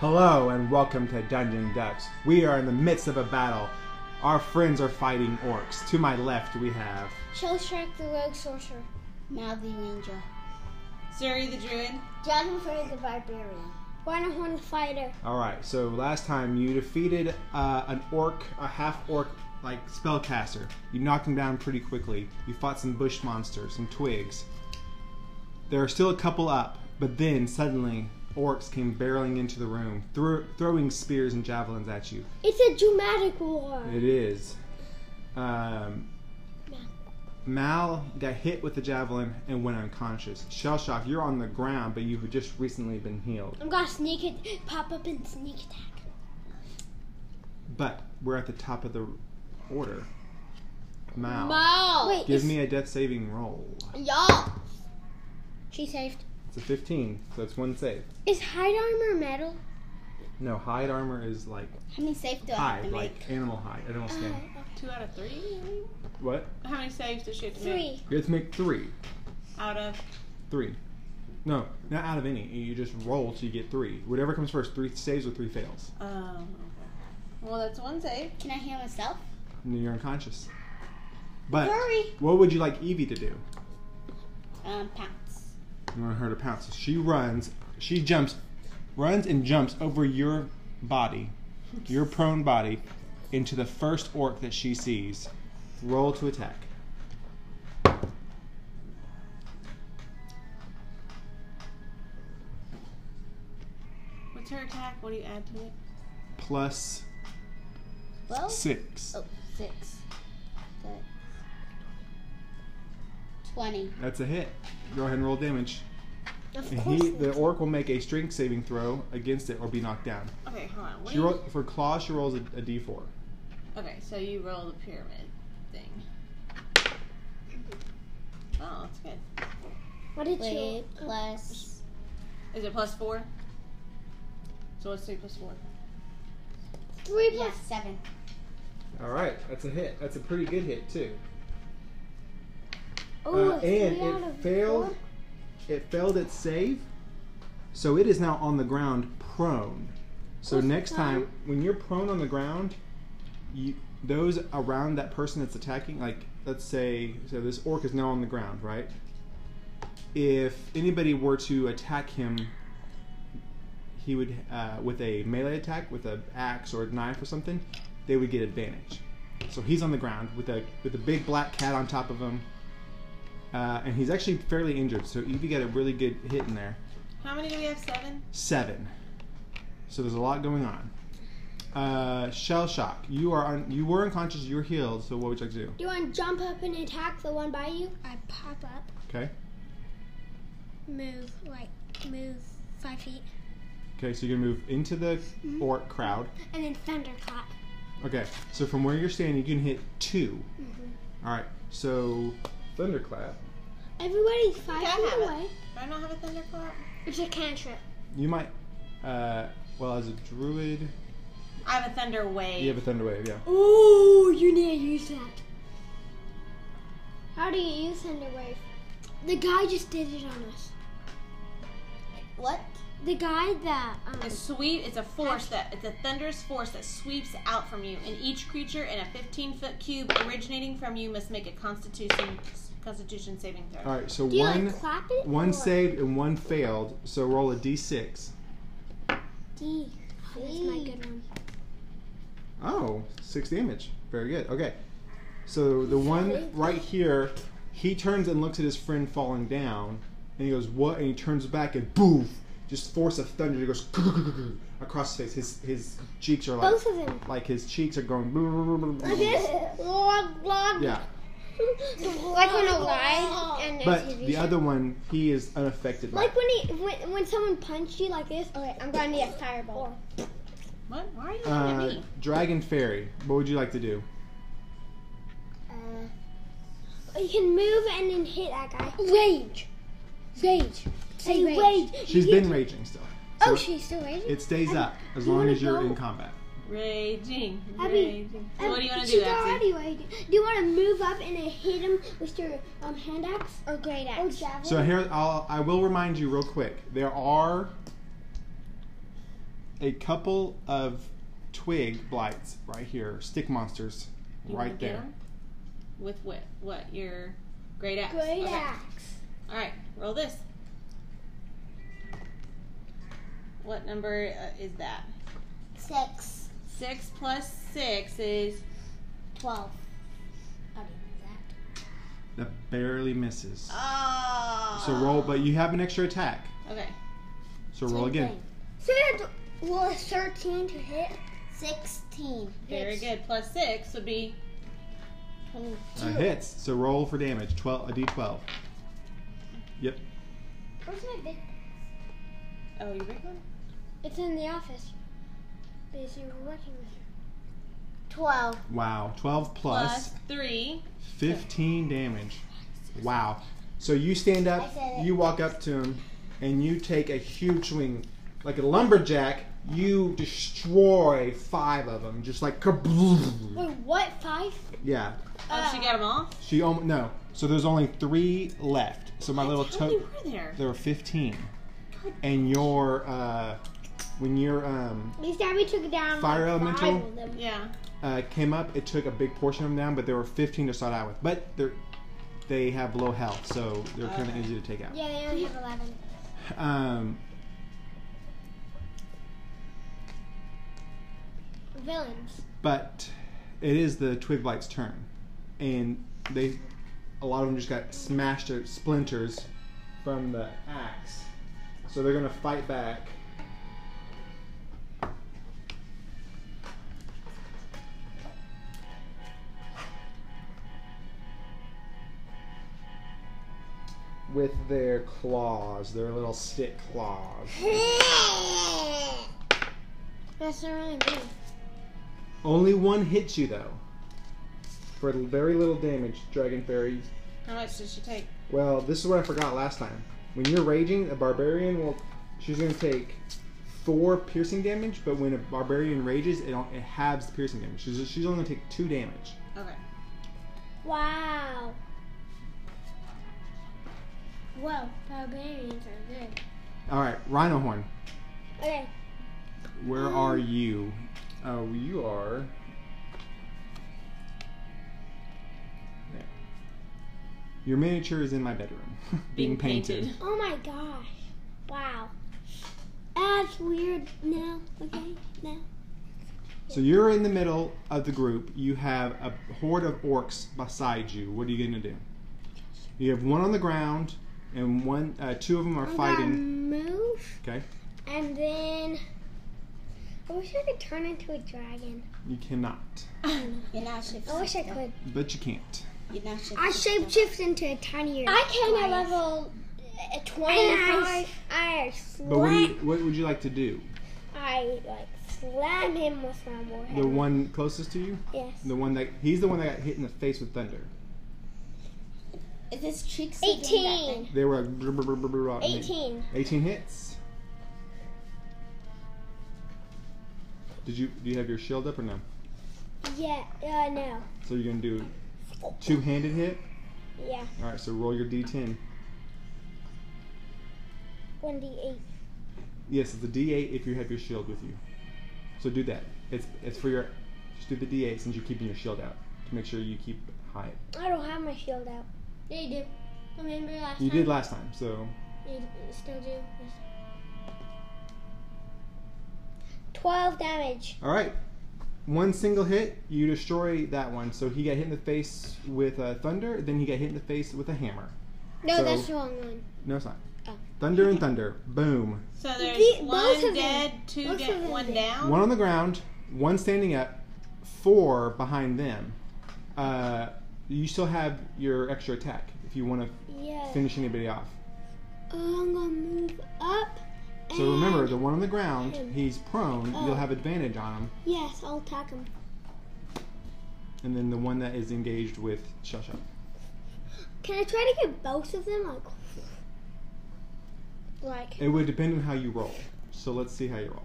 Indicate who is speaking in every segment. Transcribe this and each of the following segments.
Speaker 1: Hello and welcome to Dungeon Ducks. We are in the midst of a battle. Our friends are fighting orcs. To my left, we have.
Speaker 2: Shell Shark the Rogue Sorcerer. Navi Ninja.
Speaker 3: Siri the Druid.
Speaker 2: Jennifer the Barbarian. Barnahorn the Fighter.
Speaker 1: Alright, so last time you defeated uh, an orc, a half orc like spellcaster. You knocked him down pretty quickly. You fought some bush monsters, some twigs. There are still a couple up, but then suddenly orcs came barreling into the room, thro- throwing spears and javelins at you.
Speaker 2: It's a dramatic war.
Speaker 1: It is. Um, Mal got hit with the javelin and went unconscious. Shell Shock, you're on the ground, but you've just recently been healed.
Speaker 2: I'm gonna sneak it, pop up and sneak attack.
Speaker 1: But we're at the top of the order. Mal,
Speaker 3: Wow.
Speaker 2: Wait,
Speaker 1: give
Speaker 2: is-
Speaker 1: me a death saving roll.
Speaker 3: Y'all.
Speaker 2: She saved.
Speaker 1: It's a 15, so it's one save.
Speaker 2: Is hide armor metal?
Speaker 1: No, hide armor is like
Speaker 2: How many safe
Speaker 4: Uh,
Speaker 2: do
Speaker 1: hide, like animal hide. I don't skin.
Speaker 3: Two out of three? maybe?
Speaker 1: What?
Speaker 3: How many saves does she have to make?
Speaker 2: Three.
Speaker 1: You have to make three.
Speaker 3: Out of.
Speaker 1: Three. No, not out of any. You just roll till you get three. Whatever comes first, three saves or three fails.
Speaker 3: Um, okay. Well, that's one save.
Speaker 2: Can I heal myself?
Speaker 1: And then you're unconscious. But
Speaker 2: Hurry.
Speaker 1: what would you like Evie to do?
Speaker 2: Um, pounce.
Speaker 1: You want her to pounce. So she runs, she jumps, runs and jumps over your body, your prone body, into the first orc that she sees. Roll to attack.
Speaker 3: What's her attack? What do you add to it?
Speaker 1: Plus
Speaker 2: Well,
Speaker 1: six.
Speaker 2: oh, six. But- Twenty.
Speaker 1: That's a hit. Go ahead and roll damage.
Speaker 2: Of
Speaker 1: And he, the orc will make a strength saving throw against it or be knocked down.
Speaker 3: Okay, hold on. What
Speaker 1: She
Speaker 3: do you-
Speaker 1: roll, for claw, she rolls a a d4.
Speaker 3: Okay, so you roll the pyramid thing. Oh, that's good.
Speaker 2: What did you? Plus.
Speaker 3: Is it plus four? So let's say plus four.
Speaker 2: Three plus seven.
Speaker 1: All right, that's a hit. That's a pretty good hit too.
Speaker 2: Oh,
Speaker 1: Uh, and
Speaker 2: three Oh, out
Speaker 1: it
Speaker 2: of
Speaker 1: failed.
Speaker 2: four.
Speaker 1: It failed its save, so it is now on the ground prone. So
Speaker 2: What's
Speaker 1: next time,
Speaker 2: prone?
Speaker 1: when you're prone on the ground, you, those around that person that's attacking, like let's say, so this orc is now on the ground, right? If anybody were to attack him, he would uh, with a melee attack with an axe or a knife or something, they would get advantage. So he's on the ground with a with a big black cat on top of him, uh, and he's actually fairly injured. So Evie got a really good hit in there,
Speaker 3: How many do we have? Seven?
Speaker 1: seven. So there's a lot going on. Uh, shell shock. You are un- you were unconscious. You were healed. So what would you like to do?
Speaker 2: Do you want to jump up and attack the one by you? I pop up,
Speaker 1: Okay.
Speaker 2: move, like, move five feet,
Speaker 1: Okay. So you're gonna move into the orc crowd.
Speaker 2: and then thunderclap.
Speaker 1: Okay, so from where you're standing, you can hit 2 All right, so thunderclap.
Speaker 2: Everybody's five
Speaker 3: Okay, I
Speaker 2: feet
Speaker 3: have it.
Speaker 2: away.
Speaker 3: Do I not have a thunderclap?
Speaker 2: It's a cantrip.
Speaker 1: You might, uh, well, as a druid,
Speaker 3: I have a thunder wave.
Speaker 1: you have a thunder wave. Yeah,
Speaker 2: Ooh, you need to use that. How do you use Thunderwave? The guy just did it on us.
Speaker 3: What?
Speaker 2: The guy that um,
Speaker 3: A sweep it's a force that it's a thunderous force that sweeps out from you, and each creature in a 15 foot cube originating from you must make a Constitution Constitution saving throw.
Speaker 1: all right, so
Speaker 2: do you
Speaker 1: one,
Speaker 2: like clap it?
Speaker 1: one saved and one failed, so roll a d6.
Speaker 2: D. Oh, that's my good one.
Speaker 1: Oh, six damage. Very good. Okay, so the one right here, he turns and looks at his friend falling down, and he goes, What? And he turns back and boof, just force of thunder, he goes across his face. His, his cheeks are like.
Speaker 2: Both of them.
Speaker 1: like his cheeks are going. blub, blub, blub, blub.
Speaker 2: Log, log.
Speaker 1: Yeah,
Speaker 2: Like when a lie and
Speaker 1: but the other one, he is unaffected. By.
Speaker 4: Like when he when, when someone punched you like this. Okay, I'm gonna need a fireball.
Speaker 3: What? Why are you looking at
Speaker 1: Uh,
Speaker 3: me?
Speaker 1: Dragon fairy, what would you like to do?
Speaker 2: uh,
Speaker 4: You can move and then hit that guy.
Speaker 2: Rage. Rage. Say
Speaker 4: rage.
Speaker 2: rage.
Speaker 1: She's been raging still.
Speaker 4: Oh,
Speaker 1: So
Speaker 4: she's still raging.
Speaker 1: it stays up as
Speaker 4: you
Speaker 1: long
Speaker 4: wanna
Speaker 1: as you're
Speaker 4: go?
Speaker 1: in combat.
Speaker 3: Raging.
Speaker 4: Abby,
Speaker 3: Raging. So what do you want to do,
Speaker 4: She's
Speaker 3: Axie?
Speaker 4: already raging. Do you want to move up and then hit him with your um, hand axe
Speaker 2: Or great
Speaker 4: or
Speaker 2: axe.
Speaker 4: javelin?
Speaker 1: So here, I'll, I will remind you real quick. There are a couple of twig blights right here, stick monsters
Speaker 3: You wanna
Speaker 1: right
Speaker 3: get
Speaker 1: there.
Speaker 3: 'em? With what? What? Your great axe.
Speaker 4: Great
Speaker 3: Okay.
Speaker 4: axe.
Speaker 3: All right, roll this. What number uh, is that?
Speaker 4: Six.
Speaker 3: Six plus six is
Speaker 4: Twelve. I didn't know
Speaker 1: That barely misses.
Speaker 3: oh.
Speaker 1: So roll, but you have an extra attack.
Speaker 3: Okay.
Speaker 1: So roll again.
Speaker 4: that. So it was thirteen to hit. Sixteen.
Speaker 3: Very
Speaker 4: hits.
Speaker 3: good. Plus six would be
Speaker 1: Uh, hits. So roll for damage. Twelve. A D12. Yep.
Speaker 4: Where's my big?
Speaker 3: oh, you break one.
Speaker 2: It's in the office. Because you were working with
Speaker 4: Twelve.
Speaker 1: Wow. Twelve plus,
Speaker 3: Plus three.
Speaker 1: fifteen damage. Wow. So you stand
Speaker 4: I
Speaker 1: up.
Speaker 4: said it.
Speaker 1: You walk up to him, and you take a huge swing, like a lumberjack. You destroy five of them, just like kaboom.
Speaker 2: Wait, what? Five?
Speaker 1: Yeah.
Speaker 3: Oh, she got them all.
Speaker 1: She om- no. So there's only three left. So my little
Speaker 3: How many
Speaker 1: toad.
Speaker 3: were there?
Speaker 1: There were fifteen. And your uh, when your um
Speaker 2: At least we took down
Speaker 1: Fire
Speaker 2: like, five
Speaker 1: elemental?
Speaker 2: of them.
Speaker 3: Yeah.
Speaker 1: uh, came up, it took a big portion of them down, but there were 15 to start out with. But they're they have low health, so they're kind of
Speaker 3: Okay.
Speaker 1: easy to take out.
Speaker 2: Yeah, they only have 11.
Speaker 1: Um,
Speaker 2: Villains.
Speaker 1: but it is the twig blight's turn, and they a lot of them just got smashed or splinters from the axe, so they're gonna fight back. With their claws, their little stick claws.
Speaker 2: That's not really good.
Speaker 1: Only one hits you though. For very little damage, Dragon Fairy.
Speaker 3: How much did she take?
Speaker 1: Well, this is what I forgot last time. When you're raging, a barbarian will. She's gonna take four piercing damage, but when a barbarian rages, it, on- it halves the piercing damage. She's, she's only gonna take two damage.
Speaker 3: Okay.
Speaker 2: Wow. Well, barbarians are good.
Speaker 1: All right, Rhino Horn.
Speaker 2: Okay.
Speaker 1: Where are you? Oh, you are. There. Your miniature is in my bedroom, being, painted.
Speaker 2: Oh my gosh. Wow. That's weird now. Okay, now.
Speaker 1: So you're in the middle of the group. You have a horde of orcs beside you. What are you going to do? You have one on the ground, and one, uh, two of them are
Speaker 2: I'm gonna
Speaker 1: fighting.
Speaker 2: move.
Speaker 1: Okay.
Speaker 2: And then. I wish I could turn into a dragon.
Speaker 1: You cannot,
Speaker 3: You know
Speaker 2: I wish I could.
Speaker 1: but you can't.
Speaker 3: You know
Speaker 2: I shapeshift into a tinier.
Speaker 4: I came
Speaker 2: at
Speaker 4: at level uh,
Speaker 2: I,
Speaker 4: twenty-five.
Speaker 2: I
Speaker 1: But what, do you,
Speaker 2: slap.
Speaker 1: what would you like to do?
Speaker 4: I like
Speaker 2: Slam him with my
Speaker 1: The
Speaker 2: warhead.
Speaker 1: one closest to you,
Speaker 2: Yes.
Speaker 1: the one that he's the one that got hit in the face with thunder.
Speaker 4: Is this cheeks?
Speaker 2: Eighteen.
Speaker 1: They were like, brr, brr, brr, brr, brr, at me.
Speaker 2: Eighteen.
Speaker 1: 18 hits. Did you do you have your shield up or no?
Speaker 2: Yeah. Uh, no.
Speaker 1: So you're gonna do two-handed hit.
Speaker 2: Yeah.
Speaker 1: All right, so roll your d10.
Speaker 2: One d eight.
Speaker 1: Yes, it's a D8 if you have your shield with you. So do that. It's it's for your. Just do the D8 since you're keeping your shield out to make sure you keep high.
Speaker 2: I don't have my shield out.
Speaker 4: Yeah, you do. Remember last
Speaker 1: You did last time, so
Speaker 4: You still do.
Speaker 2: Twelve damage.
Speaker 1: all right. One single hit, you destroy that one. So he got hit in the face with uh, thunder. Then he got hit in the face with a hammer.
Speaker 2: No,
Speaker 1: So-
Speaker 2: that's the wrong one.
Speaker 1: No, it's not.
Speaker 2: Oh.
Speaker 1: Thunder and thunder. Boom.
Speaker 3: So there's
Speaker 2: The- both
Speaker 3: one
Speaker 2: of them.
Speaker 3: dead, two
Speaker 2: Both of
Speaker 3: dead,
Speaker 2: them
Speaker 3: one
Speaker 2: did.
Speaker 3: down.
Speaker 1: One on the ground, one standing up, four behind them. Uh, you still have your extra attack if you want to
Speaker 2: Yeah. Uh,
Speaker 1: finish anybody off.
Speaker 2: I'm gonna move up.
Speaker 1: So remember,
Speaker 2: and-
Speaker 1: the one on the ground, he's prone. You'll have advantage on him,
Speaker 2: Yes, I'll attack him.
Speaker 1: and then the one that is engaged with Shasha.
Speaker 2: Can I try to get both of them? Like. Like.
Speaker 1: It would depend on how you roll. So let's see how you roll.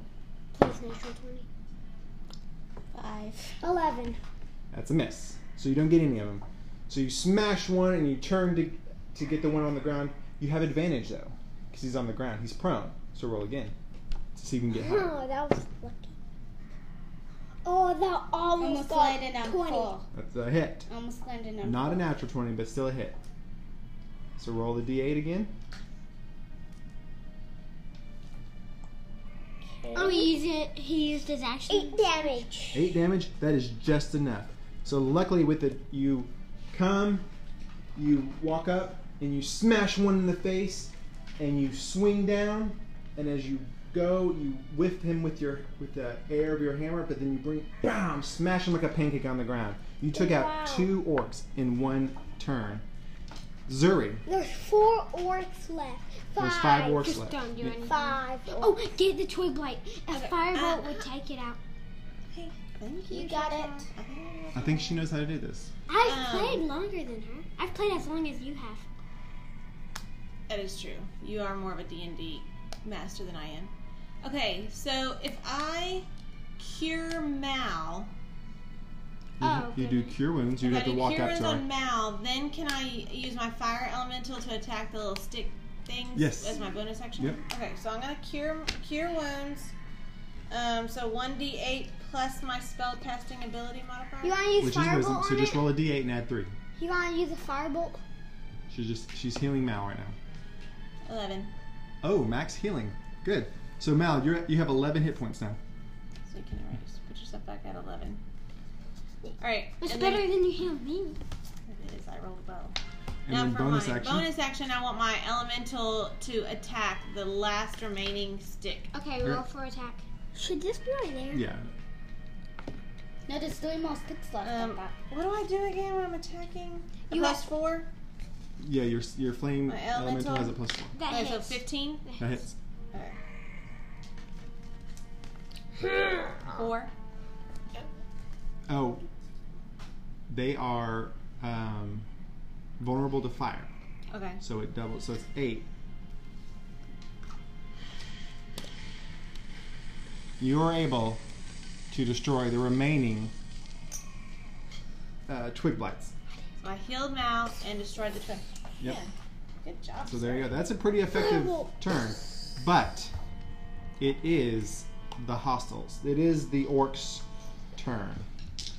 Speaker 2: Please, natural 20.
Speaker 4: Five.
Speaker 2: 11.
Speaker 1: That's a miss. So you don't get any of them. So you smash one and you turn to to get the one on the ground. You have advantage though, because he's on the ground. He's prone. So roll again. to see if you can get higher.
Speaker 2: Oh, that was lucky. Oh, that almost
Speaker 4: Almost
Speaker 2: got
Speaker 4: landed on
Speaker 2: 20.
Speaker 4: full.
Speaker 1: That's a hit.
Speaker 4: Almost landed on
Speaker 1: Not a natural 20, but still a hit. So roll the d8 again.
Speaker 2: Oh, he used, it, he used his action.
Speaker 4: Eight damage.
Speaker 1: 8 damage. That is just enough. So luckily with it, you come, you walk up, and you smash one in the face, and you swing down, and as you go, you whiff him with your with the air of your hammer, but then you bring bam, smash him like a pancake on the ground. You took
Speaker 2: Wow.
Speaker 1: out two orcs in one turn. Zuri,
Speaker 4: There's four orcs left. Five.
Speaker 1: there's five orcs
Speaker 2: Just
Speaker 1: left.
Speaker 2: don't do
Speaker 1: Yeah.
Speaker 2: anything.
Speaker 4: Five.
Speaker 2: Oh, get the twig blade. A
Speaker 3: uh,
Speaker 2: firebolt would take it out.
Speaker 3: Thank
Speaker 4: You got it.
Speaker 1: I think she knows how to do this.
Speaker 2: I've
Speaker 3: Um,
Speaker 2: played longer than her. I've played as long as you have.
Speaker 3: That is true. You are more of a D&D master than I am. Okay, so if I cure Mal,
Speaker 1: You,
Speaker 2: Oh,
Speaker 1: you do cure wounds. You
Speaker 3: if I
Speaker 1: have to
Speaker 3: do
Speaker 1: walk
Speaker 3: cure
Speaker 1: up
Speaker 3: wounds
Speaker 1: to her.
Speaker 3: on Mal, then can I use my fire elemental to attack the little stick things
Speaker 1: Yes.
Speaker 3: as my bonus action?
Speaker 1: Yep.
Speaker 3: Okay, so I'm gonna cure cure wounds. Um, so one D8 plus my spell casting ability modifier.
Speaker 4: You want to use
Speaker 1: Which is
Speaker 4: firebolt
Speaker 1: wisdom.
Speaker 4: on
Speaker 1: So
Speaker 4: it?
Speaker 1: just roll a d8 and add three.
Speaker 4: You want to use a firebolt?
Speaker 1: She's just she's healing Mal right now.
Speaker 3: Eleven.
Speaker 1: Oh, max healing. Good. So Mal, you are you have 11 hit points now.
Speaker 3: So you can already s- put yourself back at eleven. All right.
Speaker 2: It's
Speaker 3: and
Speaker 2: better
Speaker 3: Then,
Speaker 2: than you healed me.
Speaker 3: it is. I rolled a bow.
Speaker 1: And
Speaker 3: Now
Speaker 1: then
Speaker 3: for
Speaker 1: bonus
Speaker 3: my
Speaker 1: action.
Speaker 3: bonus action, I want my elemental to attack the last remaining stick.
Speaker 2: Okay,
Speaker 1: Er-
Speaker 2: roll for attack.
Speaker 4: Should this be right there?
Speaker 1: Yeah.
Speaker 4: No, there's three more sticks left.
Speaker 3: Um, what do I do again when I'm attacking? A
Speaker 2: You
Speaker 3: plus four.
Speaker 1: Yeah, your your flame
Speaker 3: My
Speaker 1: elemental
Speaker 3: elemental.
Speaker 1: has a plus 1.
Speaker 2: That
Speaker 3: Okay, Oh, so
Speaker 2: hits.
Speaker 3: fifteen.
Speaker 1: That hits.
Speaker 3: Four.
Speaker 1: Oh. They are um, vulnerable to fire.
Speaker 3: Okay.
Speaker 1: So it doubles. So it's 8. You're able to destroy the remaining uh, twig blights.
Speaker 3: So I healed Mal and destroyed the twin.
Speaker 1: Yep.
Speaker 3: Good job.
Speaker 1: So there you go. That's a pretty effective turn. But it is the hostiles. It is the orcs' turn.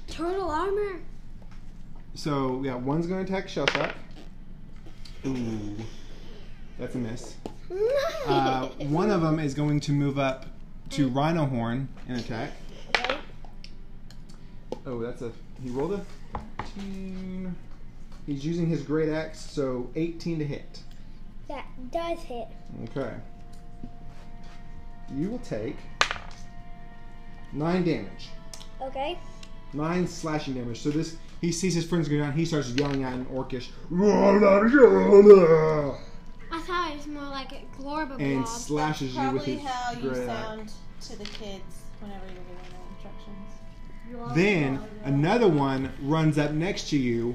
Speaker 2: Turtle armor.
Speaker 1: So yeah, one's going to attack Shell Shock. Ooh, that's a miss. Uh, one of them is going to move up to Rhino Horn and attack. Oh, that's a he rolled a. 18. He's using his great axe, so 18 to hit.
Speaker 4: that does hit.
Speaker 1: Okay. You will take nine damage.
Speaker 4: Okay.
Speaker 1: Nine slashing damage. So this he sees his friends go down, he starts yelling out in orcish "La, la, la, la,"
Speaker 2: I thought it was more like a glorba
Speaker 1: and
Speaker 2: blob.
Speaker 1: slashes you with
Speaker 3: Probably
Speaker 1: his
Speaker 3: how you
Speaker 1: great
Speaker 3: sound to the kids whenever you're giving them instructions.
Speaker 1: axe. Then another one runs up next to you,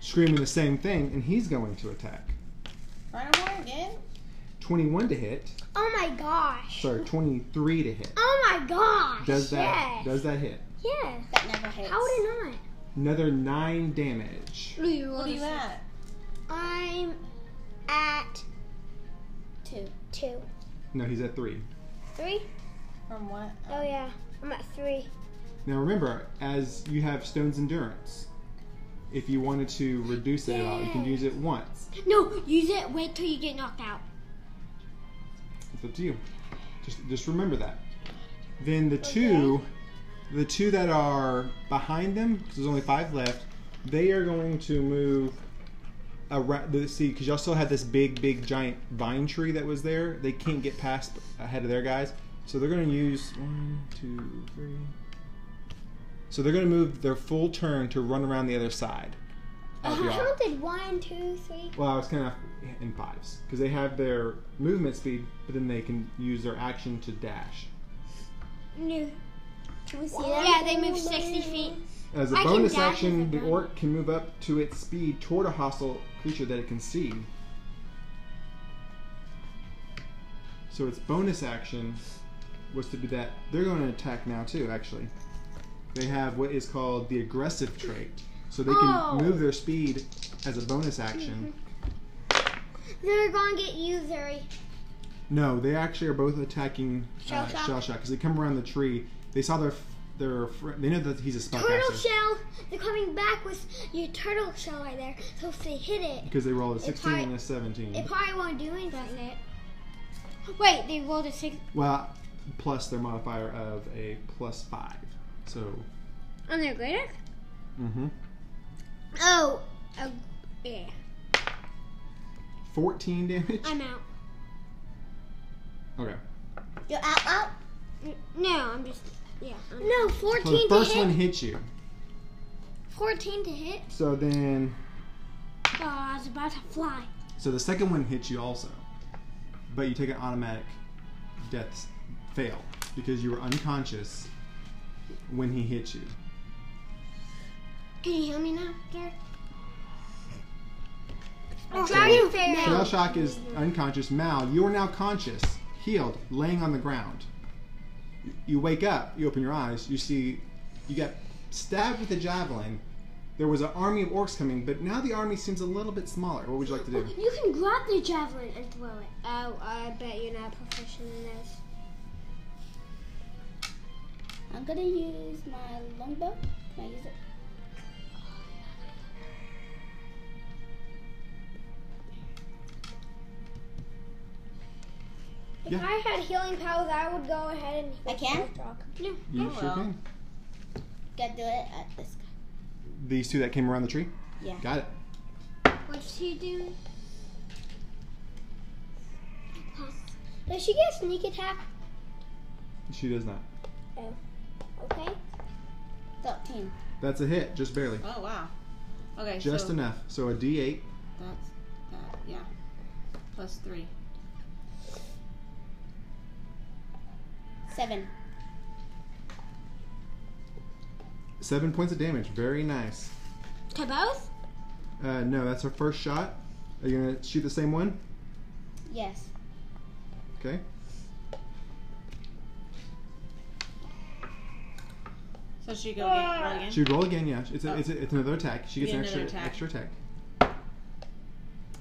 Speaker 1: screaming the same thing, and he's going to attack.
Speaker 3: Rhino horn again.
Speaker 1: Twenty-one to hit.
Speaker 4: Oh my gosh.
Speaker 1: Sorry, twenty-three to hit.
Speaker 4: Oh my gosh.
Speaker 1: Does that
Speaker 4: Yes.
Speaker 1: does that hit?
Speaker 4: yes.
Speaker 3: That never hits.
Speaker 4: How would it not?
Speaker 1: Another nine damage.
Speaker 2: What are you
Speaker 3: What are you at?
Speaker 4: I'm at two. Two.
Speaker 1: No, he's at three.
Speaker 4: Three?
Speaker 3: From what?
Speaker 4: Oh yeah. I'm at three.
Speaker 1: Now remember, as you have Stone's Endurance, if you wanted to reduce that at all, you can use it once.
Speaker 2: No, use it. Wait till you get knocked out.
Speaker 1: It's up to you. Just just remember that. Then the two, the two that are behind them, because there's only five left, they are going to move. Around, the- see, because y'all still had this big, big, giant vine tree that was there. They can't get past ahead of their guys, so they're going to use one, two, three. So they're going to move their full turn to run around the other side. of
Speaker 4: I
Speaker 1: y'all.
Speaker 4: counted one, two, three.
Speaker 1: Well, I was kind of in fives because they have their movement speed, but then they can use their action to dash.
Speaker 2: No.
Speaker 4: Can we see
Speaker 2: Yeah, they move 60 feet.
Speaker 1: As a
Speaker 2: I can
Speaker 1: bonus
Speaker 2: dash
Speaker 1: action,
Speaker 2: as a
Speaker 1: the
Speaker 2: bonus.
Speaker 1: orc can move up to its speed toward a hostile creature that it can see. So its bonus action was to do that. They're going to attack now too. Actually, they have what is called the aggressive trait, so they can
Speaker 4: Oh.
Speaker 1: move their speed
Speaker 2: Mm-hmm.
Speaker 1: as a bonus action.
Speaker 4: They're gonna get you, Zuri.
Speaker 1: No, they actually are both attacking uh,
Speaker 4: Shell Shock?
Speaker 1: Shell Shock because they come around the tree. They saw their f- their fr- they know that he's a
Speaker 4: Turtle
Speaker 1: spellcaster
Speaker 4: shell. They're coming back with your turtle shell right there. So if they hit it,
Speaker 1: because they rolled a
Speaker 4: It
Speaker 1: sixteen
Speaker 4: probably-
Speaker 1: and a seventeen.
Speaker 4: it probably won't do anything. Wait, they rolled a six,
Speaker 1: well, plus their modifier of a plus five. So,
Speaker 4: on their greater?
Speaker 1: mm-hmm.
Speaker 4: Oh, oh, yeah.
Speaker 1: fourteen damage.
Speaker 4: I'm out.
Speaker 1: Okay.
Speaker 4: You're out, out? Uh, No, I'm just, yeah.
Speaker 1: So
Speaker 4: no,
Speaker 1: the
Speaker 4: 14 to
Speaker 1: first
Speaker 4: hit.
Speaker 1: one hits you.
Speaker 4: 14 to hit.
Speaker 1: So then,
Speaker 4: Oh, I was about to fly.
Speaker 1: so the second one hits you also, but you take an automatic death s- fail because you were unconscious when he hit you.
Speaker 4: Can you hear me now, Jared? Oh,
Speaker 1: Dragon
Speaker 4: fair.
Speaker 1: Shell Shock is unconscious. Mal, you are now conscious, healed, laying on the ground. You wake up, you open your eyes, you see you got stabbed with a javelin. There was an army of orcs coming, but now the army seems a little bit smaller. What would you like to do?
Speaker 4: You can grab the javelin and throw it. Oh, I bet you're not proficient in this.
Speaker 2: I'm gonna use my longbow. Can I use it?
Speaker 1: Yeah.
Speaker 4: If I had healing powers, I would go ahead and
Speaker 2: I can?
Speaker 1: You
Speaker 3: Oh,
Speaker 1: sure
Speaker 3: well.
Speaker 1: can.
Speaker 2: Gotta do it at this guy.
Speaker 1: These two that came around the tree?
Speaker 2: Yeah.
Speaker 1: Got it.
Speaker 4: What's she doing? Does she get sneak attack?
Speaker 1: She does not.
Speaker 4: Okay.
Speaker 2: 13.
Speaker 1: That's a hit, just barely.
Speaker 3: Oh wow. Okay.
Speaker 1: Just
Speaker 3: so
Speaker 1: enough. So a D8.
Speaker 3: That's that. Yeah. Plus three.
Speaker 2: 7.
Speaker 1: Seven points of damage. Very nice.
Speaker 4: To both?
Speaker 1: Uh, no, that's her first shot. Are you going to shoot the same one?
Speaker 2: Yes.
Speaker 1: Okay.
Speaker 3: So she go again. roll again?
Speaker 1: She would roll again, yeah. It's, a,
Speaker 3: Oh.
Speaker 1: it's, a, it's another attack. She gets
Speaker 3: Yeah,
Speaker 1: an
Speaker 3: another
Speaker 1: extra
Speaker 3: attack.
Speaker 1: extra attack.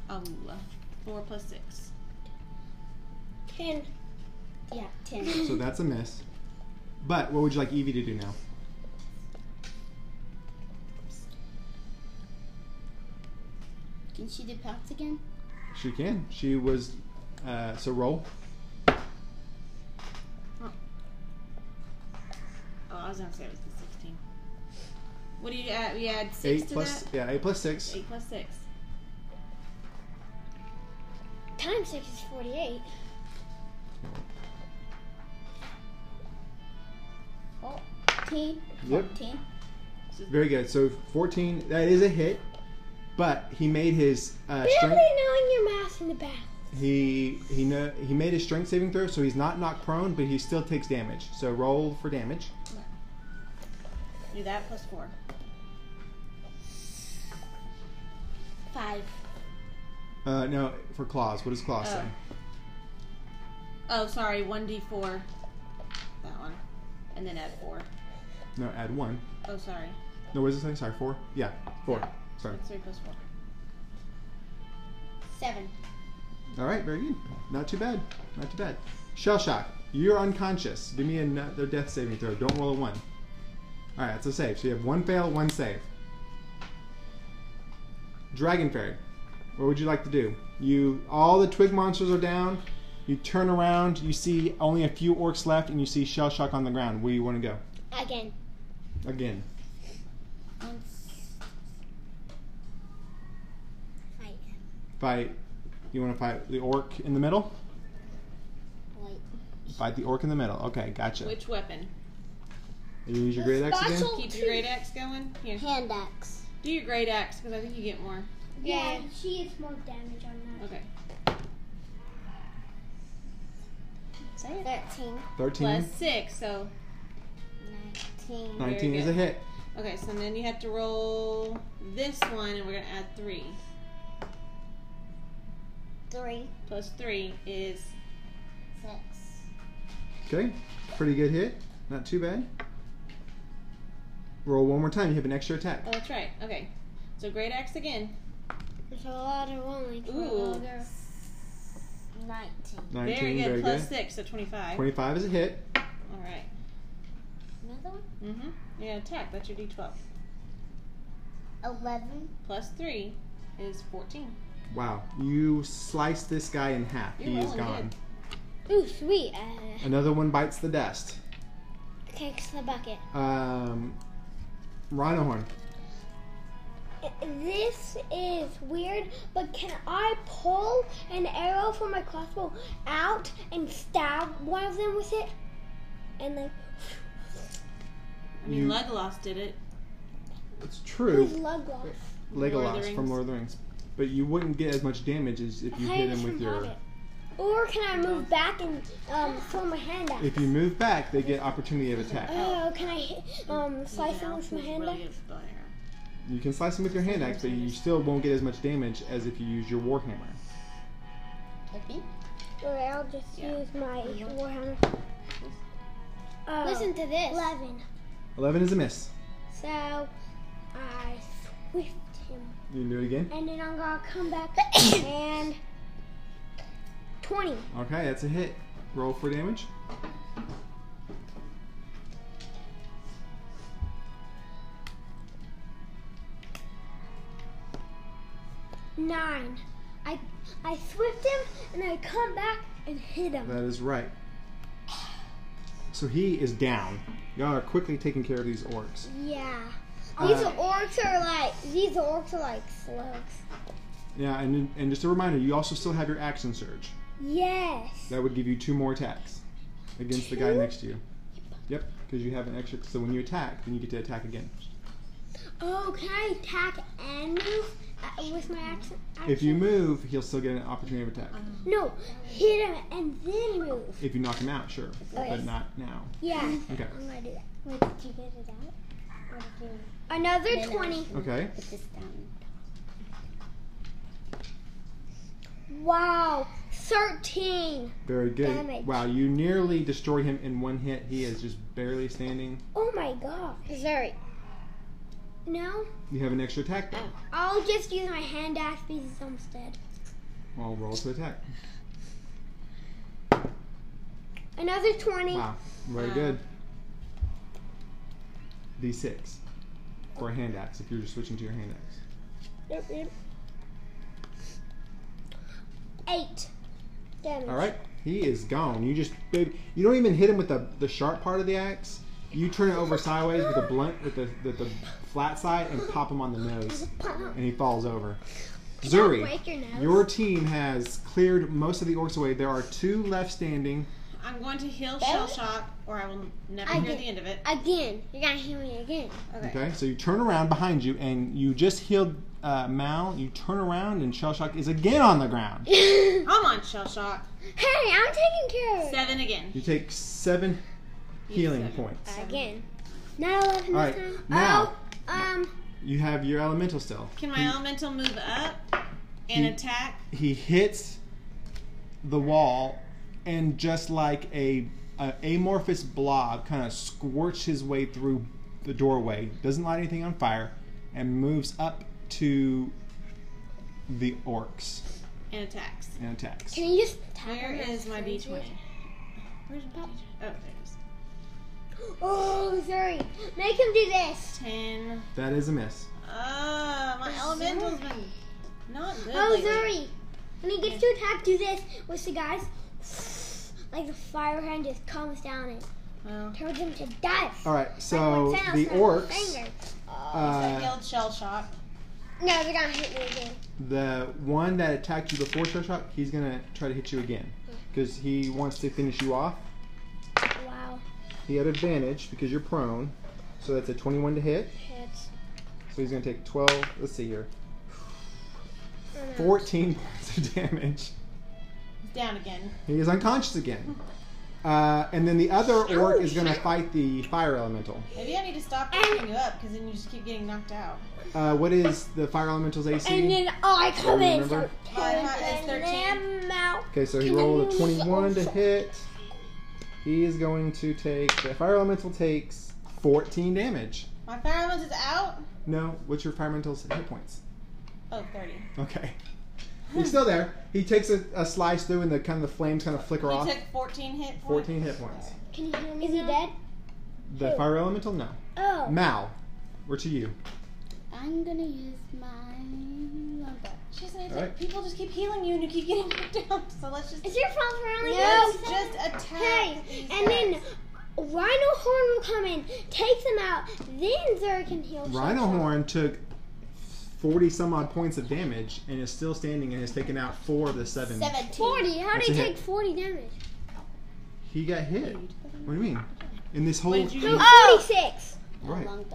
Speaker 3: Oh, four plus six.
Speaker 4: Ten.
Speaker 2: Yeah, 10.
Speaker 1: So that's a miss. But what would you like Evie to do now?
Speaker 2: Can she do pounce again?
Speaker 1: She can. She was. Uh, so roll.
Speaker 3: Oh, I was gonna say it was the sixteen. What do you add? We add six
Speaker 1: Eight
Speaker 3: to
Speaker 1: plus.
Speaker 3: that.
Speaker 1: Yeah, eight plus six.
Speaker 3: Eight plus six.
Speaker 4: Times six is forty-eight.
Speaker 2: Oh, 10.
Speaker 1: Yep.
Speaker 2: 14.
Speaker 1: Very good. So 14. That is a hit. But he made his uh,
Speaker 4: Barely
Speaker 1: strength.
Speaker 4: knowing your math in the back.
Speaker 1: He he know, he made his strength saving throw, so he's not knock prone, but he still takes damage. So roll for damage.
Speaker 3: Do that plus four.
Speaker 2: 5.
Speaker 1: Uh, no, for claws. What does claws say?
Speaker 3: Oh, sorry, one d four. That one, and then add four.
Speaker 1: No, add one.
Speaker 3: Oh, sorry,
Speaker 1: No, what does it say? Sorry, four. Yeah, four. Sorry.
Speaker 3: that's three plus four.
Speaker 2: 7.
Speaker 1: All right, very good. Not too bad. Not too bad. Shell shock. You're unconscious. Give me another death saving throw. Don't roll a one. All right, that's a save. So you have one fail, one save. Dragon fairy. What would you like to do? You all the twig monsters are down. You turn around. You see only a few orcs left, and you see shell shock on the ground. Where you want to go?
Speaker 2: Again.
Speaker 1: Again.
Speaker 2: On s- Fight.
Speaker 1: Fight. You want to fight the orc in the middle?
Speaker 2: Wait.
Speaker 1: Fight the orc in the middle. Okay, gotcha.
Speaker 3: Which weapon?
Speaker 1: You use your great axe again.
Speaker 4: Special
Speaker 3: Keep
Speaker 4: two.
Speaker 3: your great axe going. Here,
Speaker 2: Hand axe.
Speaker 3: do your great axe because I think you get more.
Speaker 4: Yeah, she gets more damage on that.
Speaker 3: Okay,
Speaker 2: Say it. 13.
Speaker 1: Thirteen.
Speaker 3: plus six. So
Speaker 2: 19.
Speaker 3: Nine.
Speaker 1: Nineteen is a
Speaker 3: good.
Speaker 1: hit.
Speaker 3: okay, so then you have to roll this one, and we're gonna add three.
Speaker 2: 3.
Speaker 3: Plus three is
Speaker 2: 6.
Speaker 1: Okay, pretty good hit. Not too bad. Roll one more time. You have an extra attack.
Speaker 3: oh, that's right. Okay, so great axe again.
Speaker 4: There's a lot of rolling.
Speaker 3: Ooh.
Speaker 4: Nineteen.
Speaker 1: 19,
Speaker 3: very good.
Speaker 1: very
Speaker 3: Plus
Speaker 1: good.
Speaker 3: six, so 25.
Speaker 1: 25 is a hit.
Speaker 3: All right.
Speaker 4: Another one?
Speaker 3: Mm-hmm. You're going to attack. That's your d12.
Speaker 4: Eleven.
Speaker 3: Plus three is 14.
Speaker 1: Wow. You slice this guy in half.
Speaker 3: You're
Speaker 1: he is
Speaker 3: rolling
Speaker 1: gone.
Speaker 2: Ooh, sweet. Uh,
Speaker 1: Another one bites the dust.
Speaker 2: kicks the bucket.
Speaker 1: Um, Rhino Horn.
Speaker 4: This is weird, but can I pull an arrow from my crossbow out and stab one of them with it? And then
Speaker 3: I mean,
Speaker 1: You-
Speaker 3: Legolas did it.
Speaker 1: It's
Speaker 4: who's
Speaker 1: true.
Speaker 4: Luglock?
Speaker 3: Lord of the
Speaker 1: Legolas from
Speaker 3: Rings.
Speaker 1: Lord of the Rings. But you wouldn't get as much damage as if you hit him with your.
Speaker 4: Or can I move back and um, throw my hand out?
Speaker 1: If you move back, they get opportunity of attack.
Speaker 4: Oh, can I hit, um, slice
Speaker 3: Yeah,
Speaker 4: him with my
Speaker 3: he's
Speaker 4: hand
Speaker 3: really
Speaker 4: axe?
Speaker 3: good with bow and arrow.
Speaker 1: You can slice him with your hand axe, but you still won't get as much damage as if you use your warhammer.
Speaker 4: Or I'll just
Speaker 3: Yeah.
Speaker 4: use my warhammer. Oh,
Speaker 2: Listen to this.
Speaker 4: Eleven.
Speaker 1: Eleven is a miss.
Speaker 4: So I swift him,
Speaker 1: You can do it again.
Speaker 4: and then I'm gonna come back and twenty.
Speaker 1: Okay, that's a hit. Roll for damage.
Speaker 4: Nine. I I swift him and I come back and hit him.
Speaker 1: That is right. So he is down. Y'all are quickly taking care of these orcs.
Speaker 4: Yeah.
Speaker 1: Uh,
Speaker 4: these orcs are like these orcs are like slugs.
Speaker 1: Yeah, and and just a reminder, you also still have your action surge.
Speaker 4: Yes.
Speaker 1: That would give you two more attacks against the guy next to you. Yep, because you have an extra. So when you attack, then you get to attack again.
Speaker 4: Oh, can I attack and move uh, with my action? Uh-huh.
Speaker 1: If you move, he'll still get an opportunity of attack.
Speaker 4: No, hit him and then move.
Speaker 1: If you knock him out, sure,
Speaker 4: Oh,
Speaker 1: but not now.
Speaker 4: Yeah.
Speaker 1: Okay.
Speaker 4: I'm gonna do that.
Speaker 2: Wait, did you get it out? Or did you
Speaker 4: Another twenty.
Speaker 1: Okay.
Speaker 2: put this down?
Speaker 4: Wow. Thirteen.
Speaker 1: Very good.
Speaker 4: Damage.
Speaker 1: Wow, you nearly destroy him in one hit. He is just barely standing.
Speaker 4: Oh my god.
Speaker 2: Missouri.
Speaker 4: No,
Speaker 1: You have an extra attack though.
Speaker 4: I'll just use my hand axe because I'm dead.
Speaker 1: Well, roll to attack.
Speaker 4: Another twenty.
Speaker 1: Wow, very
Speaker 3: Wow.
Speaker 1: good. D6 for a hand axe if you're just switching to your hand axe.
Speaker 4: Yep, yep. Eight. Damage.
Speaker 1: All right, he is gone. You just baby, you don't even hit him with the, the sharp part of the axe. You turn it over sideways with the blunt with the, the, the flat side and pop him on the nose, and he falls over. Zuri,
Speaker 4: Break your nose.
Speaker 1: your team has cleared most of the orcs away. There are two left standing.
Speaker 3: I'm going to heal Shell Shock, or I will never
Speaker 4: I
Speaker 3: hear
Speaker 4: did-
Speaker 3: the end of it.
Speaker 4: Again, you're gonna hear me again.
Speaker 3: Okay.
Speaker 1: Okay, so you turn around behind you, and you just healed uh, Mal. You turn around, and Shellshock is again on the ground.
Speaker 4: hey,
Speaker 3: I'm on Shell Shock.
Speaker 4: I'm taking care of it.
Speaker 3: Seven again.
Speaker 1: You take seven
Speaker 3: You
Speaker 1: healing
Speaker 3: seven.
Speaker 1: points.
Speaker 4: Again. Not eleven
Speaker 1: All right,
Speaker 4: this time.
Speaker 1: now
Speaker 4: Oh, um,
Speaker 1: you have your elemental still.
Speaker 3: Can my elemental move up and
Speaker 1: He-
Speaker 3: attack?
Speaker 1: he hits the wall and just like a, a amorphous blob kind of squirts his way through the doorway doesn't light anything on fire and moves up to the orcs
Speaker 3: And attacks.
Speaker 1: and attacks
Speaker 4: can you just tap
Speaker 3: Where
Speaker 4: on it?
Speaker 3: is my D20? Where's my D20? Oh, there it is.
Speaker 4: Oh, sorry. Make him do this.
Speaker 3: Ten.
Speaker 1: that is a miss
Speaker 3: Ah, my elemental's been not good.
Speaker 4: Oh,
Speaker 3: lately.
Speaker 4: sorry. When he gets to attack, do this with the guys. Like the fire hand just comes down and
Speaker 3: Well,
Speaker 4: turns him to dust.
Speaker 1: all right so
Speaker 4: Like Thanos
Speaker 1: the
Speaker 4: had
Speaker 1: orcs
Speaker 4: fingers. Oh,
Speaker 3: I
Speaker 1: uh,
Speaker 3: healed Shell Shock.
Speaker 4: No, they're gonna hit me again.
Speaker 1: the one that attacked you before shell shock he's gonna try to hit you again
Speaker 4: Hmm.
Speaker 1: because he wants to finish you off
Speaker 4: Wow.
Speaker 1: he had advantage because you're prone so that's a 21 to hit
Speaker 4: Hits.
Speaker 1: So he's gonna take 12. Let's see here.
Speaker 4: Hmm.
Speaker 1: 14 points of damage.
Speaker 3: Down again.
Speaker 1: He is unconscious again. Uh, and then the other orc is gonna fight the fire elemental.
Speaker 3: Maybe I need to stop picking you up because then you just keep getting knocked out.
Speaker 1: Uh, what is the fire elemental's AC?
Speaker 4: And then I come in. and
Speaker 1: Remember?
Speaker 4: start tearing
Speaker 3: Mine is 13.
Speaker 4: them out.
Speaker 1: okay, so he rolled a 21 to hit. He is going to take. The fire elemental takes 14 damage.
Speaker 3: My fire elemental's out.
Speaker 1: No, what's your fire elemental's hit points?
Speaker 3: Oh, 30.
Speaker 1: Okay. He's still there. He takes a, a slice through, and the kind of the flames kind of flicker
Speaker 3: You
Speaker 1: off.
Speaker 3: took 14 hit points.
Speaker 1: Fourteen hit points.
Speaker 4: Can you hear me?
Speaker 2: Is he
Speaker 4: now?
Speaker 2: dead?
Speaker 1: The
Speaker 4: Who?
Speaker 1: fire elemental, no.
Speaker 4: Oh.
Speaker 1: Mal, we're to you.
Speaker 2: I'm gonna use my.
Speaker 3: She's an
Speaker 1: Alright.
Speaker 3: People just keep healing you and you keep getting knocked down. So let's just.
Speaker 4: Is your phone for only
Speaker 3: let's
Speaker 4: one
Speaker 3: just
Speaker 4: second?
Speaker 3: attack.
Speaker 4: Hey,
Speaker 3: these
Speaker 4: and then
Speaker 3: guys.
Speaker 4: Rhino Horn will come in, take them out, then Zer can heal.
Speaker 1: Rhino
Speaker 4: Shotgun.
Speaker 1: Horn took forty some odd points of damage and is still standing and has taken out four of the seven.
Speaker 3: 17.
Speaker 4: Forty. How
Speaker 1: That's
Speaker 4: do you
Speaker 1: a hit.
Speaker 4: take forty damage?
Speaker 1: He got hit. What do you mean? In this whole
Speaker 3: What did you
Speaker 1: thing-
Speaker 3: use?
Speaker 4: Oh. Forty-six.
Speaker 1: right?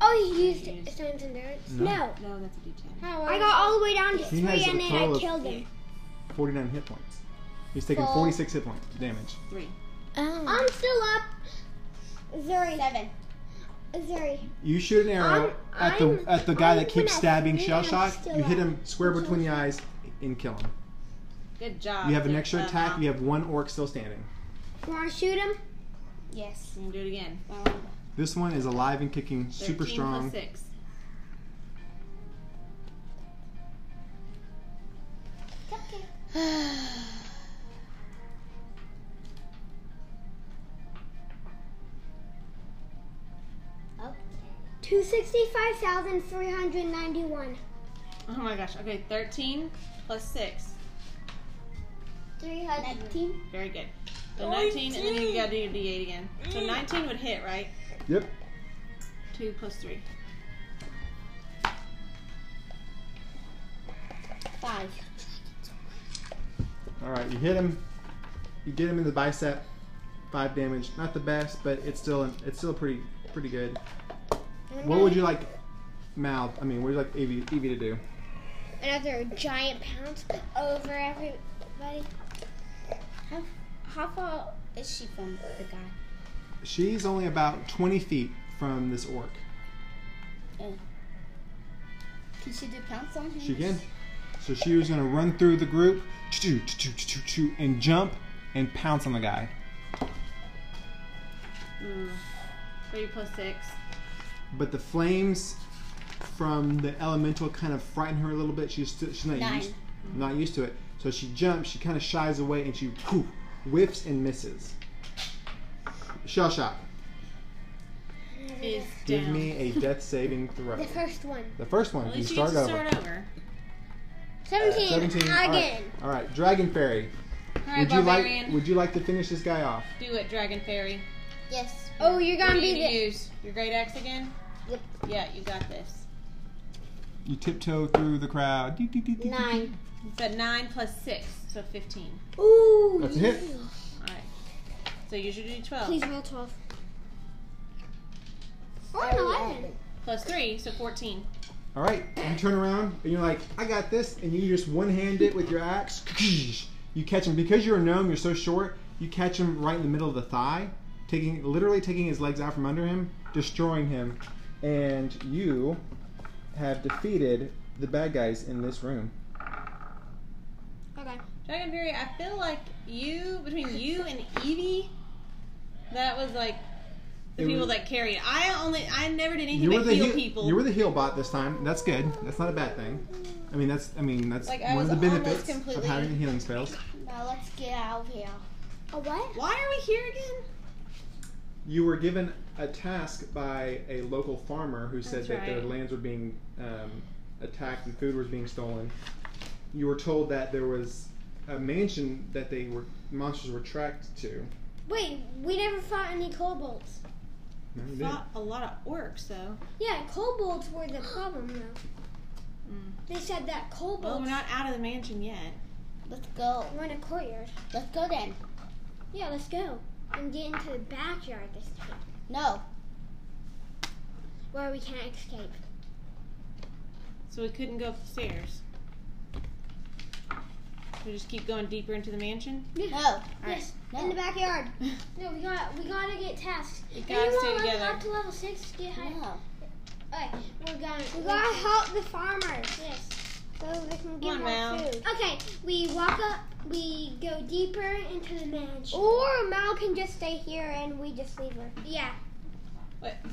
Speaker 4: Oh, he used
Speaker 3: Did you use-
Speaker 4: stones and arrows.
Speaker 1: No.
Speaker 4: no.
Speaker 3: No, that's a D10.
Speaker 4: I got all the way down to
Speaker 1: He
Speaker 4: three
Speaker 1: has a
Speaker 4: and then
Speaker 1: total
Speaker 4: I
Speaker 1: of-
Speaker 4: killed him.
Speaker 1: Forty-nine hit points. He's taken
Speaker 4: Full.
Speaker 1: forty-six hit points damage.
Speaker 3: Three.
Speaker 2: Oh.
Speaker 4: I'm still up. Zuri.
Speaker 3: Seven.
Speaker 4: Zuri.
Speaker 1: You shoot an arrow
Speaker 4: I'm-
Speaker 1: at the
Speaker 4: I'm-
Speaker 1: at the guy
Speaker 4: I'm-
Speaker 1: that keeps
Speaker 4: when I
Speaker 1: stabbing
Speaker 4: see it,
Speaker 1: Shell
Speaker 4: I'm
Speaker 1: Shock.
Speaker 4: still
Speaker 1: You hit
Speaker 4: up.
Speaker 1: him square between the eyes and kill him.
Speaker 3: Good job.
Speaker 1: You have an
Speaker 3: Good
Speaker 1: extra
Speaker 3: job.
Speaker 1: attack. You have one orc still standing.
Speaker 4: Want to shoot him?
Speaker 2: Yes.
Speaker 3: I'm gonna do it again.
Speaker 1: This one is alive and kicking, super
Speaker 3: 13
Speaker 1: strong.
Speaker 3: Plus six.
Speaker 4: Two sixty-five thousand three hundred ninety-one.
Speaker 3: Oh my gosh. Okay, 13 plus six.
Speaker 4: Three hundred.
Speaker 3: Very good. So 19, and then you gotta do your D8 again. So
Speaker 4: Mm.
Speaker 3: 19 would hit, right?
Speaker 1: Yep.
Speaker 3: Two plus three.
Speaker 2: Five.
Speaker 1: All right, you hit him. You get him in the bicep. Five damage. Not the best, but it's still it's still pretty pretty good. What would you like, Mal? I mean, what would you like Evie, Evie to do?
Speaker 4: Another giant pounce over everybody.
Speaker 2: How far is she from the guy?
Speaker 1: She's only about 20 feet from this orc.
Speaker 2: Can she do pounce on him?
Speaker 1: She can. So she was gonna run through the group, choo-choo, choo-choo, choo-choo, choo, and jump and pounce on the guy.
Speaker 3: Mm. Three plus six.
Speaker 1: But the flames from the elemental kind of frighten her a little bit. She's still, she's not
Speaker 2: Nine.
Speaker 1: used not used to it. So she jumps. She kind of shies away and she poof, whiffs and misses. Shell shock.
Speaker 3: Is
Speaker 1: Give
Speaker 3: down.
Speaker 1: me a death saving throw.
Speaker 4: The first one.
Speaker 1: The first one.
Speaker 3: At
Speaker 1: you
Speaker 3: least you
Speaker 1: start
Speaker 3: get to
Speaker 1: over.
Speaker 3: start over.
Speaker 4: Seventeen.
Speaker 1: Seventeen. All right.
Speaker 4: Again.
Speaker 1: All right. Dragon fairy.
Speaker 3: Alright,
Speaker 1: would you
Speaker 3: barbarian.
Speaker 1: like? Would you like to finish this guy off?
Speaker 3: Do it, Dragon Fairy.
Speaker 2: Yes.
Speaker 4: Oh, you're
Speaker 3: What
Speaker 4: gonna
Speaker 3: do
Speaker 4: be
Speaker 3: you need to
Speaker 4: the.
Speaker 3: use? Your great axe again?
Speaker 2: Yep.
Speaker 3: Yeah, you got this.
Speaker 1: You tiptoe through the crowd. Dee, dee, dee, dee, dee.
Speaker 2: Nine.
Speaker 3: So nine plus six, so 15.
Speaker 4: Ooh.
Speaker 1: That's a hit.
Speaker 3: Alright. So use your D12.
Speaker 2: Please roll twelve.
Speaker 4: Or an eleven.
Speaker 3: Plus three, so 14.
Speaker 1: All right, you turn around and you're like, I got this, and you just one hand it with your axe. You catch him because you're a gnome. You're so short. You catch him right in the middle of the thigh, taking literally taking his legs out from under him, destroying him, and you have defeated the bad guys in this room.
Speaker 2: Okay.
Speaker 3: Dragon Fury, I feel like you, between you and Evie, that was like the
Speaker 1: It
Speaker 3: people
Speaker 1: was-
Speaker 3: that carried. I only, I never did anything
Speaker 1: You were
Speaker 3: but
Speaker 1: the
Speaker 3: heal
Speaker 1: heal,
Speaker 3: people.
Speaker 1: you were the heal bot this time. That's good. That's not a bad thing. I mean, that's I mean that's
Speaker 3: Like, I
Speaker 1: one of
Speaker 3: was
Speaker 1: the
Speaker 3: almost
Speaker 1: benefits of
Speaker 3: completely-
Speaker 1: having the healing spells.
Speaker 2: Now let's get out of here.
Speaker 4: A what?
Speaker 3: Why are we here again?
Speaker 1: You were given a task by a local farmer who said
Speaker 3: That's
Speaker 1: that their
Speaker 3: right.
Speaker 1: lands were being um, attacked and food was being stolen. You were told that there was a mansion that they were monsters were tracked to.
Speaker 4: Wait, we never fought any kobolds.
Speaker 1: No, you didn't.
Speaker 3: Not a lot of orcs, though.
Speaker 4: Yeah, kobolds were the problem though.
Speaker 3: Mm.
Speaker 4: They said that kobolds
Speaker 3: Well, we're not out of the mansion yet.
Speaker 2: Let's go.
Speaker 4: were in a courtyard.
Speaker 2: Let's go then.
Speaker 4: Yeah, let's go and get into the backyard this time
Speaker 2: No.
Speaker 4: where we can't escape.
Speaker 3: So we couldn't go upstairs. We just keep going deeper into the mansion?
Speaker 2: No.
Speaker 4: Yes,
Speaker 2: Alright.
Speaker 4: in the backyard.
Speaker 3: No.
Speaker 4: No, we got we gotta get tasks.
Speaker 3: We
Speaker 4: If
Speaker 3: gotta
Speaker 4: you
Speaker 3: stay
Speaker 4: wanna level
Speaker 3: together.
Speaker 4: up to level six to get high.
Speaker 2: No.
Speaker 4: Okay, we're going. We gotta help the farmers. Yes. So they can
Speaker 3: Come on, Mal.
Speaker 4: Okay, we walk up. We go deeper into the mansion. Or Mal can just stay here and we just leave her. Yeah.
Speaker 2: I don't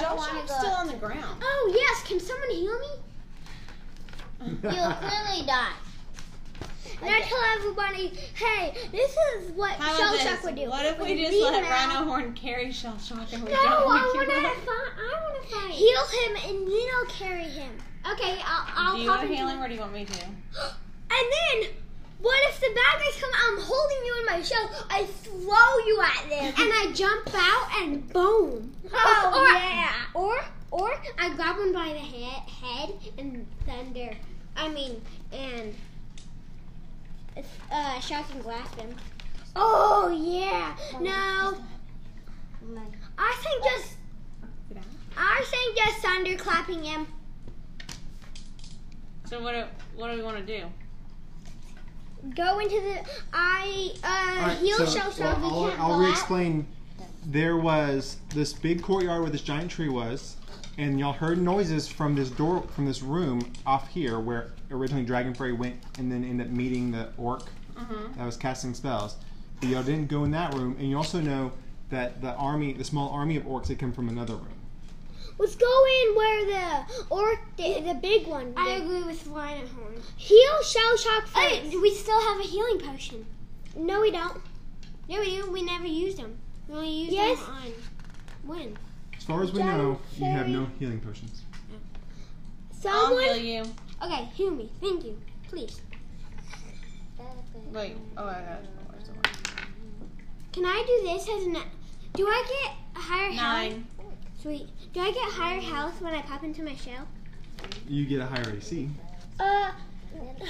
Speaker 3: Shell
Speaker 2: wanna
Speaker 3: Shock's
Speaker 2: go
Speaker 3: still
Speaker 2: up.
Speaker 3: on the ground.
Speaker 4: Oh yes. Can someone heal me?
Speaker 2: You'll clearly die.
Speaker 4: And I tell everybody, hey, this is what
Speaker 3: How
Speaker 4: shell
Speaker 3: about
Speaker 4: shock
Speaker 3: this?
Speaker 4: would do.
Speaker 3: What if we
Speaker 4: With
Speaker 3: just
Speaker 4: beam
Speaker 3: let
Speaker 4: out.
Speaker 3: Rhino Horn carry Shell Shock and we
Speaker 4: No,
Speaker 3: don't
Speaker 4: I
Speaker 3: make
Speaker 4: want
Speaker 3: you
Speaker 4: to
Speaker 3: laugh?
Speaker 4: fight. I want to fight. Heal him and then I'll carry him. Okay, I'll, I'll
Speaker 3: Do you
Speaker 4: pop
Speaker 3: want to
Speaker 4: into
Speaker 3: heal him or do you want me to?
Speaker 4: And then, what if the bad guys come? I'm holding you in my shell. I throw you at them, and I jump out, and boom.
Speaker 2: Oh,
Speaker 4: or,
Speaker 2: yeah.
Speaker 4: Or, or I grab one by the head, head and thunder. I mean, and it's, uh, shock and blast them. Oh yeah. No, I think just.
Speaker 3: Sit down.
Speaker 4: I think just thunder clapping him.
Speaker 3: So what do, what do we want to do?
Speaker 4: Go into the. I uh,
Speaker 1: Alright,
Speaker 4: heal
Speaker 1: so,
Speaker 4: shell so
Speaker 1: well,
Speaker 4: we
Speaker 1: I'll,
Speaker 4: can't
Speaker 1: I'll
Speaker 4: go out.
Speaker 1: re-explain. There was this big courtyard where this giant tree was, and y'all heard noises from this door, from this room off here, where originally Dragon Fairy went, and then ended up meeting the orc
Speaker 3: Mm-hmm.
Speaker 1: that was casting spells. But y'all didn't go in that room, and you also know that the army, the small army of orcs, had come from another room.
Speaker 4: Let's go in where the or the, the big one.
Speaker 2: I
Speaker 4: the-
Speaker 2: agree with Rhino Horn.
Speaker 4: heal shell shock first.
Speaker 2: Hey, we still have a healing potion.
Speaker 4: no, we don't.
Speaker 2: Yeah, we do. We never used them. We only used
Speaker 4: Yes.
Speaker 2: them on when.
Speaker 1: As far as we
Speaker 4: Dragon
Speaker 1: know, you have
Speaker 4: Fairy.
Speaker 1: no healing potions.
Speaker 3: I'll
Speaker 4: Someone.
Speaker 3: heal you.
Speaker 2: Okay, heal me. Thank you. Please.
Speaker 3: Wait. Oh, I got it. Where's the one?
Speaker 2: Can I do this as an? Do I get a higher health?
Speaker 3: Nine.
Speaker 2: Sweet. Do I get higher health when I pop into my shell?
Speaker 1: You get a higher AC.
Speaker 4: Uh,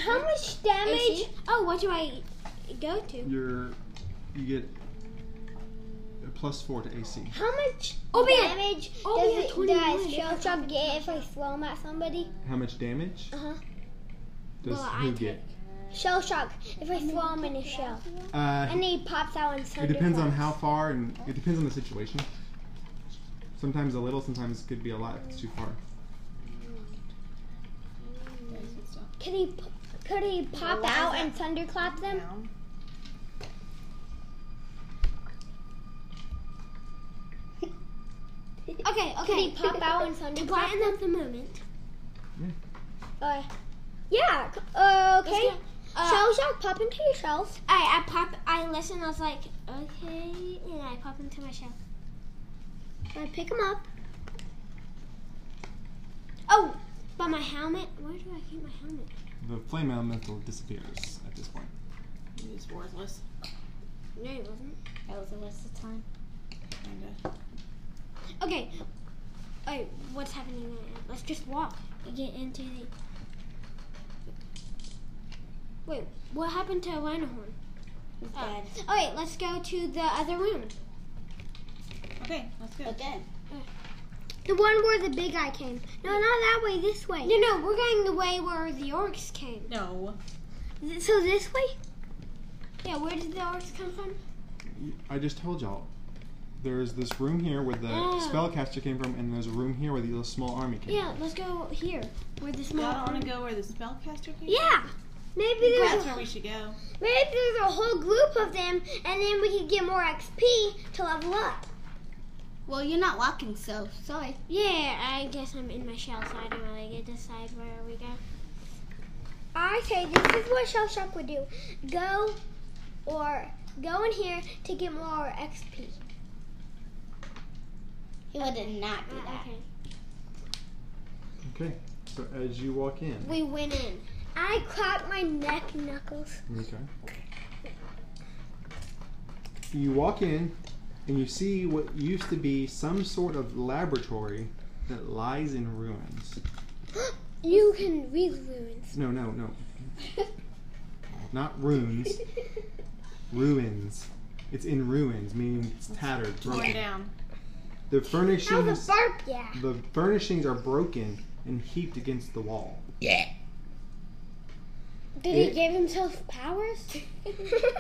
Speaker 4: how much damage?
Speaker 2: Is he- Oh, what do I go to?
Speaker 1: You're, you get a plus four to AC.
Speaker 4: How much
Speaker 2: Oh, man.
Speaker 4: damage
Speaker 2: Oh, man,
Speaker 4: does, it,
Speaker 2: 21.
Speaker 4: does shell shock get if I throw him at somebody?
Speaker 1: How much damage
Speaker 4: Uh-huh.
Speaker 1: does
Speaker 2: Well,
Speaker 1: who
Speaker 2: I
Speaker 1: get?
Speaker 4: Shell shock if I throw him in his shell,
Speaker 1: Uh,
Speaker 4: and he pops out and
Speaker 1: It depends on how far, and it depends on the situation. Sometimes a little, sometimes it could be a lot if it's too far.
Speaker 3: There's some stuff
Speaker 4: Could he? p- Could he pop
Speaker 3: Why is
Speaker 4: out
Speaker 3: that-
Speaker 4: and thunderclap them?
Speaker 3: down.
Speaker 4: Okay, okay. Could he pop out and
Speaker 2: To
Speaker 4: thunderclap
Speaker 2: brighten up the moment.
Speaker 4: Uh, yeah. c- Uh, okay.
Speaker 2: Let's
Speaker 4: Uh, shell shock, pop into your shells.
Speaker 2: I, I pop. I listen. I was like, okay, and I pop into my shell.
Speaker 4: I pick him up.
Speaker 2: Oh, but my helmet. Where do I keep my helmet?
Speaker 1: The flame elemental disappears at this point.
Speaker 3: It's worthless.
Speaker 2: No, it wasn't.
Speaker 3: That was a waste of time. Kinda.
Speaker 2: Okay. Wait, what's happening right now? Let's just walk. and Get into the. Wait, what happened to Rhino Horn?
Speaker 3: dead.
Speaker 2: Oh, wait, let's go to the other room.
Speaker 3: Okay, let's go.
Speaker 2: then.
Speaker 4: The one where the big guy came. No, not that way. This way.
Speaker 2: No, no, we're going the way where the orcs came.
Speaker 3: No.
Speaker 4: Th- So this way.
Speaker 2: Yeah, where did the orcs come from?
Speaker 1: I just told y'all. There's this room here where the
Speaker 2: Oh.
Speaker 1: spellcaster came from, and there's a room here where the little small army came.
Speaker 2: Yeah, let's go here. Where the small.
Speaker 3: Y'all want to go where the spellcaster came?
Speaker 4: Yeah. Maybe
Speaker 3: That's
Speaker 4: there's
Speaker 3: where
Speaker 4: a,
Speaker 3: we should go.
Speaker 4: maybe there's a whole group of them, and then we could get more XP to level up.
Speaker 2: Well, you're not walking, so sorry.
Speaker 4: Yeah.
Speaker 2: I guess I'm in my shell, so I don't really get to decide where we go.
Speaker 4: I say this is what Shell Shock would do. Go or go in here to get more XP.
Speaker 2: He would not
Speaker 4: do that.
Speaker 2: Ah, Okay.
Speaker 1: Okay. So as you walk in.
Speaker 2: We went in.
Speaker 4: I crack my neck knuckles.
Speaker 1: Okay. You walk in, and you see what used to be some sort of laboratory that lies in ruins.
Speaker 4: You can read ruins.
Speaker 1: No, no, no. Not runes. ruins. It's in ruins, meaning it's tattered,
Speaker 3: We're
Speaker 1: broken.
Speaker 3: down.
Speaker 1: The
Speaker 4: That was
Speaker 1: furnishings,
Speaker 4: a burp. Yeah.
Speaker 1: the furnishings are broken and heaped against the wall.
Speaker 4: Did
Speaker 1: he It-
Speaker 4: give himself powers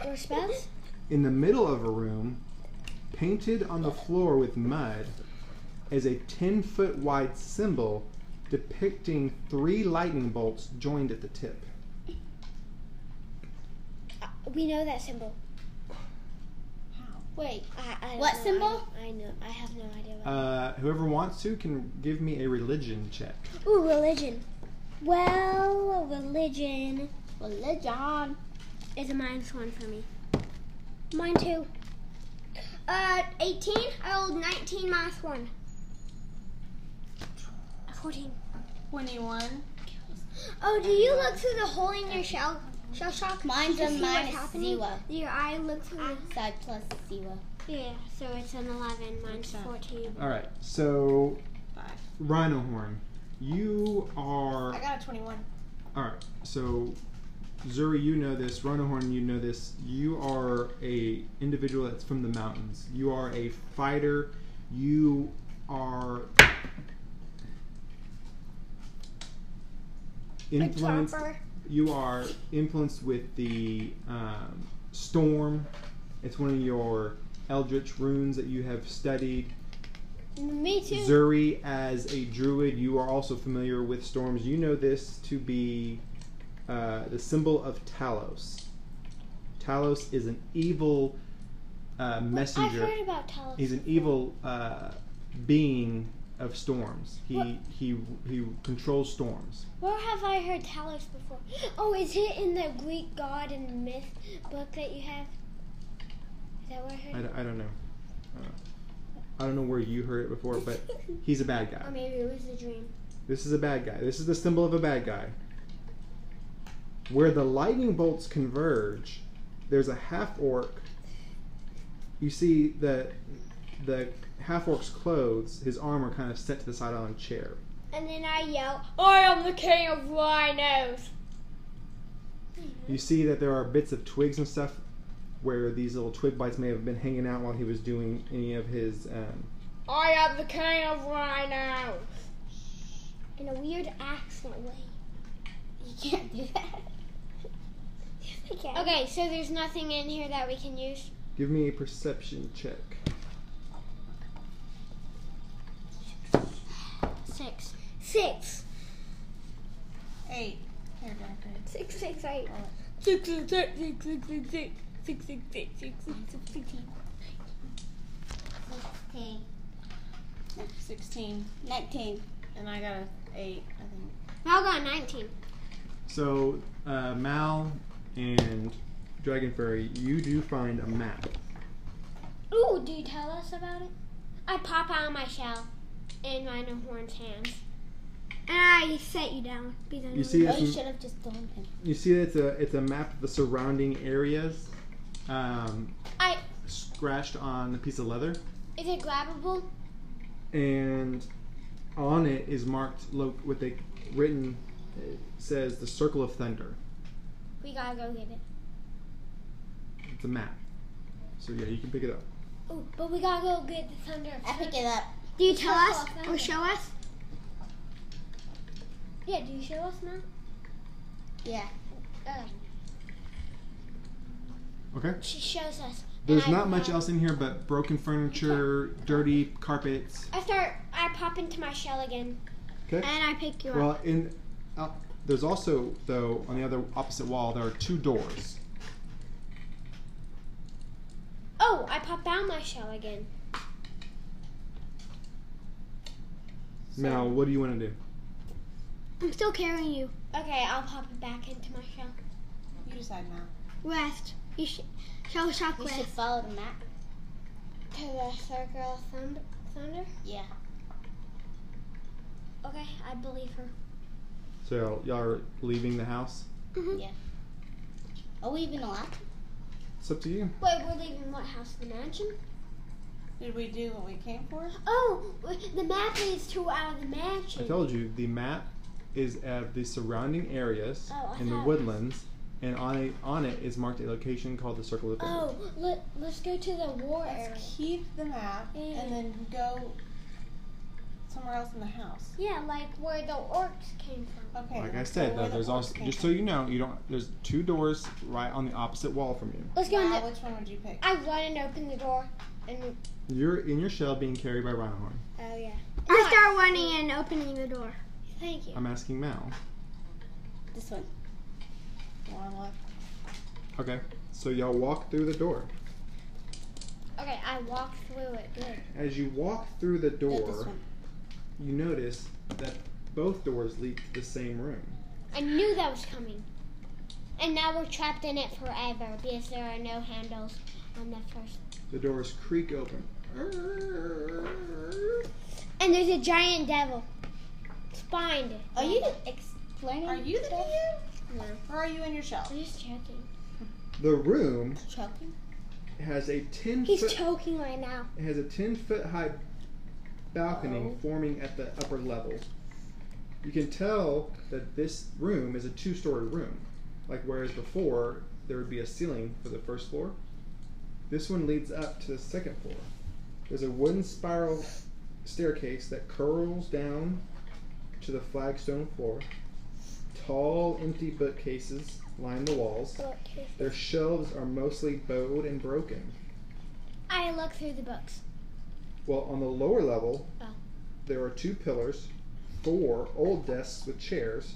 Speaker 4: or spells?
Speaker 1: In the middle of a room, painted on the floor with mud, is a 10 foot wide symbol depicting three lightning bolts joined at the tip.
Speaker 4: Uh, We know that symbol.
Speaker 3: How?
Speaker 4: Wait, I, I
Speaker 2: What
Speaker 4: no
Speaker 2: symbol?
Speaker 4: idea- I know. I have no idea. What
Speaker 1: Uh, whoever wants to can give me a religion check.
Speaker 4: Ooh, religion. Well, religion.
Speaker 2: Religion.
Speaker 4: is a minus one for me.
Speaker 2: Mine too.
Speaker 4: Uh, 18. I rolled 19 minus one. 14.
Speaker 3: 21.
Speaker 4: Oh, do you look through the hole in your shell? Shell shock.
Speaker 2: Mine's
Speaker 4: to
Speaker 2: a
Speaker 4: see what's
Speaker 2: minus
Speaker 4: happening?
Speaker 2: zero.
Speaker 4: Your eye looks through.
Speaker 2: So I plus zero.
Speaker 4: Yeah, so it's an 11. Mine's 14.
Speaker 1: All right. So,
Speaker 3: Five.
Speaker 1: Rhino Horn, you are.
Speaker 3: I got a 21.
Speaker 1: All right. So, Zuri, you know this. Rhinohorn, you know this. You are a individual that's from the mountains. You are a fighter. You are influenced. You are influenced with the um, storm. It's one of your eldritch runes that you have studied.
Speaker 4: Me too.
Speaker 1: Zuri, as a druid, you are also familiar with storms. You know this to be uh, the symbol of Talos. Talos is an evil uh,
Speaker 4: I've
Speaker 1: messenger.
Speaker 4: heard about Talos.
Speaker 1: He's an evil uh, being of storms. He
Speaker 4: What?
Speaker 1: he he controls storms.
Speaker 4: Where have I heard Talos before? Oh, is it in the Greek god and myth book that you have? Is that where I
Speaker 1: I,
Speaker 4: heard it?
Speaker 1: d- I don't know. Uh, I don't know where you heard it before, but he's a bad guy.
Speaker 4: Or maybe it was a dream.
Speaker 1: This is a bad guy. This is the symbol of a bad guy. Where the lightning bolts converge, there's a half orc. You see the the half orc's clothes, his armor kind of set to the side on a chair.
Speaker 4: And then I yell, I am the king of rhinos.
Speaker 1: You see that there are bits of twigs and stuff where these little twig bites may have been hanging out while he was doing any of his. Um,
Speaker 4: I am the king of rhinos. In a weird accent way.
Speaker 2: You can't do that. Okay.
Speaker 4: Okay, so there's nothing in here that we can use.
Speaker 1: give me a perception check.
Speaker 4: Six. Six.
Speaker 3: Eight. Here, Doctor.
Speaker 4: Six, six, eight.
Speaker 2: Sixteen.
Speaker 3: 16.
Speaker 2: Nineteen.
Speaker 3: And I got a 8, I think.
Speaker 4: Now got 19.
Speaker 1: So uh, Mal and Dragon Fairy, you do find a map.
Speaker 4: Ooh, do you tell us about it? I pop out of my shell in Rhino Horn's hands. And I set you down because
Speaker 1: You see
Speaker 2: Oh,
Speaker 1: this
Speaker 2: you should have just told him.
Speaker 1: You see, that it's a it's a map of the surrounding areas, um,
Speaker 4: I
Speaker 1: scratched on a piece of leather,
Speaker 4: is it grabbable?
Speaker 1: and on it is marked lo- with a written it says the Circle of Thunder.
Speaker 4: We gotta go get it.
Speaker 1: It's a map, so yeah, you can pick it up.
Speaker 4: Ooh, but we gotta go get the thunder.
Speaker 2: I pick it up.
Speaker 4: Do you
Speaker 2: tell us or
Speaker 4: show us? Yeah, do you show us now?
Speaker 2: Yeah.
Speaker 1: Okay.
Speaker 4: She shows us.
Speaker 1: There's
Speaker 4: And I-
Speaker 1: not much else in here but broken furniture, dirty carpets.
Speaker 4: I start. I pop into my shell again.
Speaker 1: 'Kay.
Speaker 4: And I pick you up.
Speaker 1: Well, in uh, there's also though on the other opposite wall there are two doors.
Speaker 4: Oh, I pop out my shell again.
Speaker 1: Mal, what do you want to do?
Speaker 4: I'm still carrying you. Okay, I'll pop it back into my shell.
Speaker 3: You decide now.
Speaker 4: Rest. You sh- shell shock
Speaker 2: You
Speaker 4: rest.
Speaker 2: should follow the map.
Speaker 4: To the circle of thund- thunder.
Speaker 2: Yeah.
Speaker 4: Okay, I believe her.
Speaker 1: So y'all are leaving the house.
Speaker 4: Mm-hmm.
Speaker 2: Yeah. Are we even allowed? to?
Speaker 1: It's up to you.
Speaker 4: Wait, we're leaving what house? The mansion?
Speaker 3: Did we do what we came for?
Speaker 4: Oh, w- the map leads to out of the
Speaker 1: I
Speaker 4: mansion.
Speaker 1: told you the map is of the surrounding areas
Speaker 4: Oh, I
Speaker 1: in the
Speaker 4: thought-
Speaker 1: woodlands, and on it, on it is marked a location called the Circle of Thunder.
Speaker 4: Oh, let, let's go to the war area.
Speaker 3: Let's keep the map and then go somewhere else in the house.
Speaker 4: Yeah, like where the orcs came from.
Speaker 3: Okay.
Speaker 1: Like I
Speaker 3: let's
Speaker 1: said,
Speaker 3: go
Speaker 1: though,
Speaker 3: where the
Speaker 1: there's
Speaker 3: orcs
Speaker 1: also
Speaker 3: came
Speaker 1: just so
Speaker 3: from.
Speaker 1: you know, you don't. There's two doors right on the opposite wall from you.
Speaker 4: Let's go in
Speaker 3: Wow,
Speaker 4: the.
Speaker 3: which one would you pick?
Speaker 4: I run and open the door. And
Speaker 1: You're in your shell, being carried by Rhinohorn.
Speaker 4: oh yeah.
Speaker 2: I start
Speaker 4: running and opening the door. Thank you.
Speaker 1: I'm asking Mal.
Speaker 2: This one.
Speaker 3: One left.
Speaker 1: Okay, so y'all walk through the door.
Speaker 4: Okay, I walk through it. Good.
Speaker 1: As you walk through the
Speaker 3: No,
Speaker 1: door,
Speaker 3: this one.
Speaker 1: you notice that both doors lead to the same room.
Speaker 4: I knew that was coming. And now we're trapped in it forever because there are no handles on the first.
Speaker 1: The doors creak open.
Speaker 4: And there's a giant devil. It's blind.
Speaker 2: Are you explaining?
Speaker 3: Are you the DM?
Speaker 4: No.
Speaker 3: Or are you in your shell?
Speaker 4: I'm just choking.
Speaker 1: The room
Speaker 3: Choking.
Speaker 1: has a ten
Speaker 4: He's
Speaker 1: foot
Speaker 4: choking right now.
Speaker 1: it has a ten foot high balcony forming at the upper level. You can tell that this room is a two story room. Like whereas before there would be a ceiling for the first floor. This one leads up to the second floor. There's a wooden spiral staircase that curls down to the flagstone floor. Tall, empty bookcases line the walls. Their shelves are mostly bowed and broken.
Speaker 4: I look through the books.
Speaker 1: Well, on the lower level,
Speaker 4: Oh.
Speaker 1: there are two pillars, four old desks with chairs,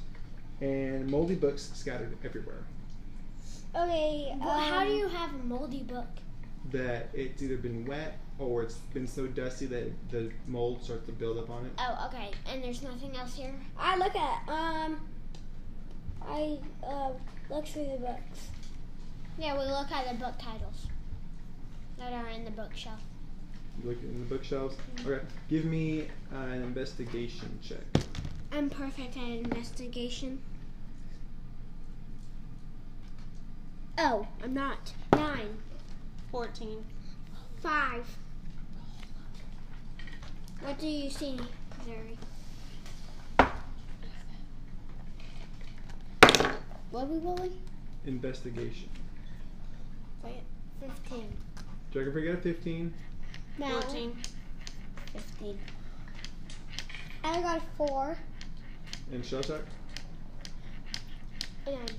Speaker 1: and moldy books scattered everywhere.
Speaker 4: Okay. Well, how
Speaker 2: um,
Speaker 4: do you have a moldy book?
Speaker 1: That it's either been wet or it's been so dusty that the mold starts to build up on it.
Speaker 4: Oh, okay. And there's nothing else here.
Speaker 2: I look at um. I uh look through the books.
Speaker 4: Yeah, we look at the book titles that are in the bookshelf.
Speaker 1: You look in the bookshelves.
Speaker 4: Mm-hmm.
Speaker 1: Okay, give me an investigation check.
Speaker 4: I'm perfect at investigation. Oh, I'm not. Nine.
Speaker 3: 14.
Speaker 4: Five. What do you see, Zuri?
Speaker 2: What we rolling?
Speaker 1: Investigation.
Speaker 4: Fifteen.
Speaker 1: Dragon Fairy got a 15.
Speaker 4: No.
Speaker 3: 14.
Speaker 2: Fifteen.
Speaker 4: I got a four.
Speaker 1: And shell check?
Speaker 4: And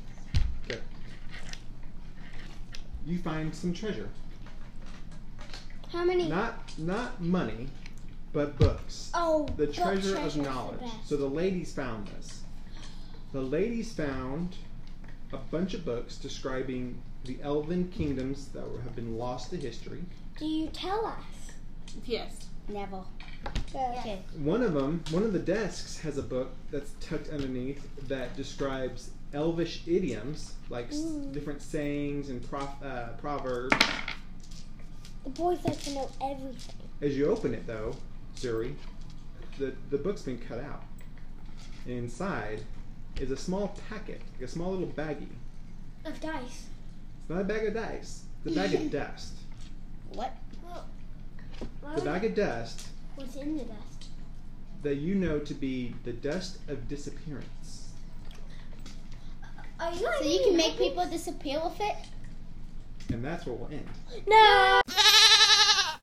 Speaker 1: You find some treasure.
Speaker 4: how many?
Speaker 1: Not not money, but books.
Speaker 4: oh,
Speaker 1: The
Speaker 4: book
Speaker 1: treasure
Speaker 4: treasure's
Speaker 1: of
Speaker 4: the
Speaker 1: knowledge.
Speaker 4: best.
Speaker 1: so the ladies found this. The ladies found a bunch of books describing the elven kingdoms that were, have been lost to history.
Speaker 4: do you tell us?
Speaker 3: Yes.
Speaker 2: Neville.
Speaker 4: Okay.
Speaker 1: One of them, one of the desks has a book that's tucked underneath that describes elvish idioms, like s-
Speaker 4: Ooh.
Speaker 1: different sayings and prof, uh, proverbs.
Speaker 4: The boys like to know everything.
Speaker 1: As you open it, though, Zuri, the, the book's been cut out. And inside is a small packet, like a small little baggie.
Speaker 4: Of dice.
Speaker 1: It's not a bag of dice. It's a bag of dust.
Speaker 2: What?
Speaker 1: The bag of dust
Speaker 4: What's in the dust?
Speaker 1: that you know to be the dust of disappearance.
Speaker 4: Are you
Speaker 2: So you can make people disappear with it?
Speaker 1: And that's where we'll end.
Speaker 4: No.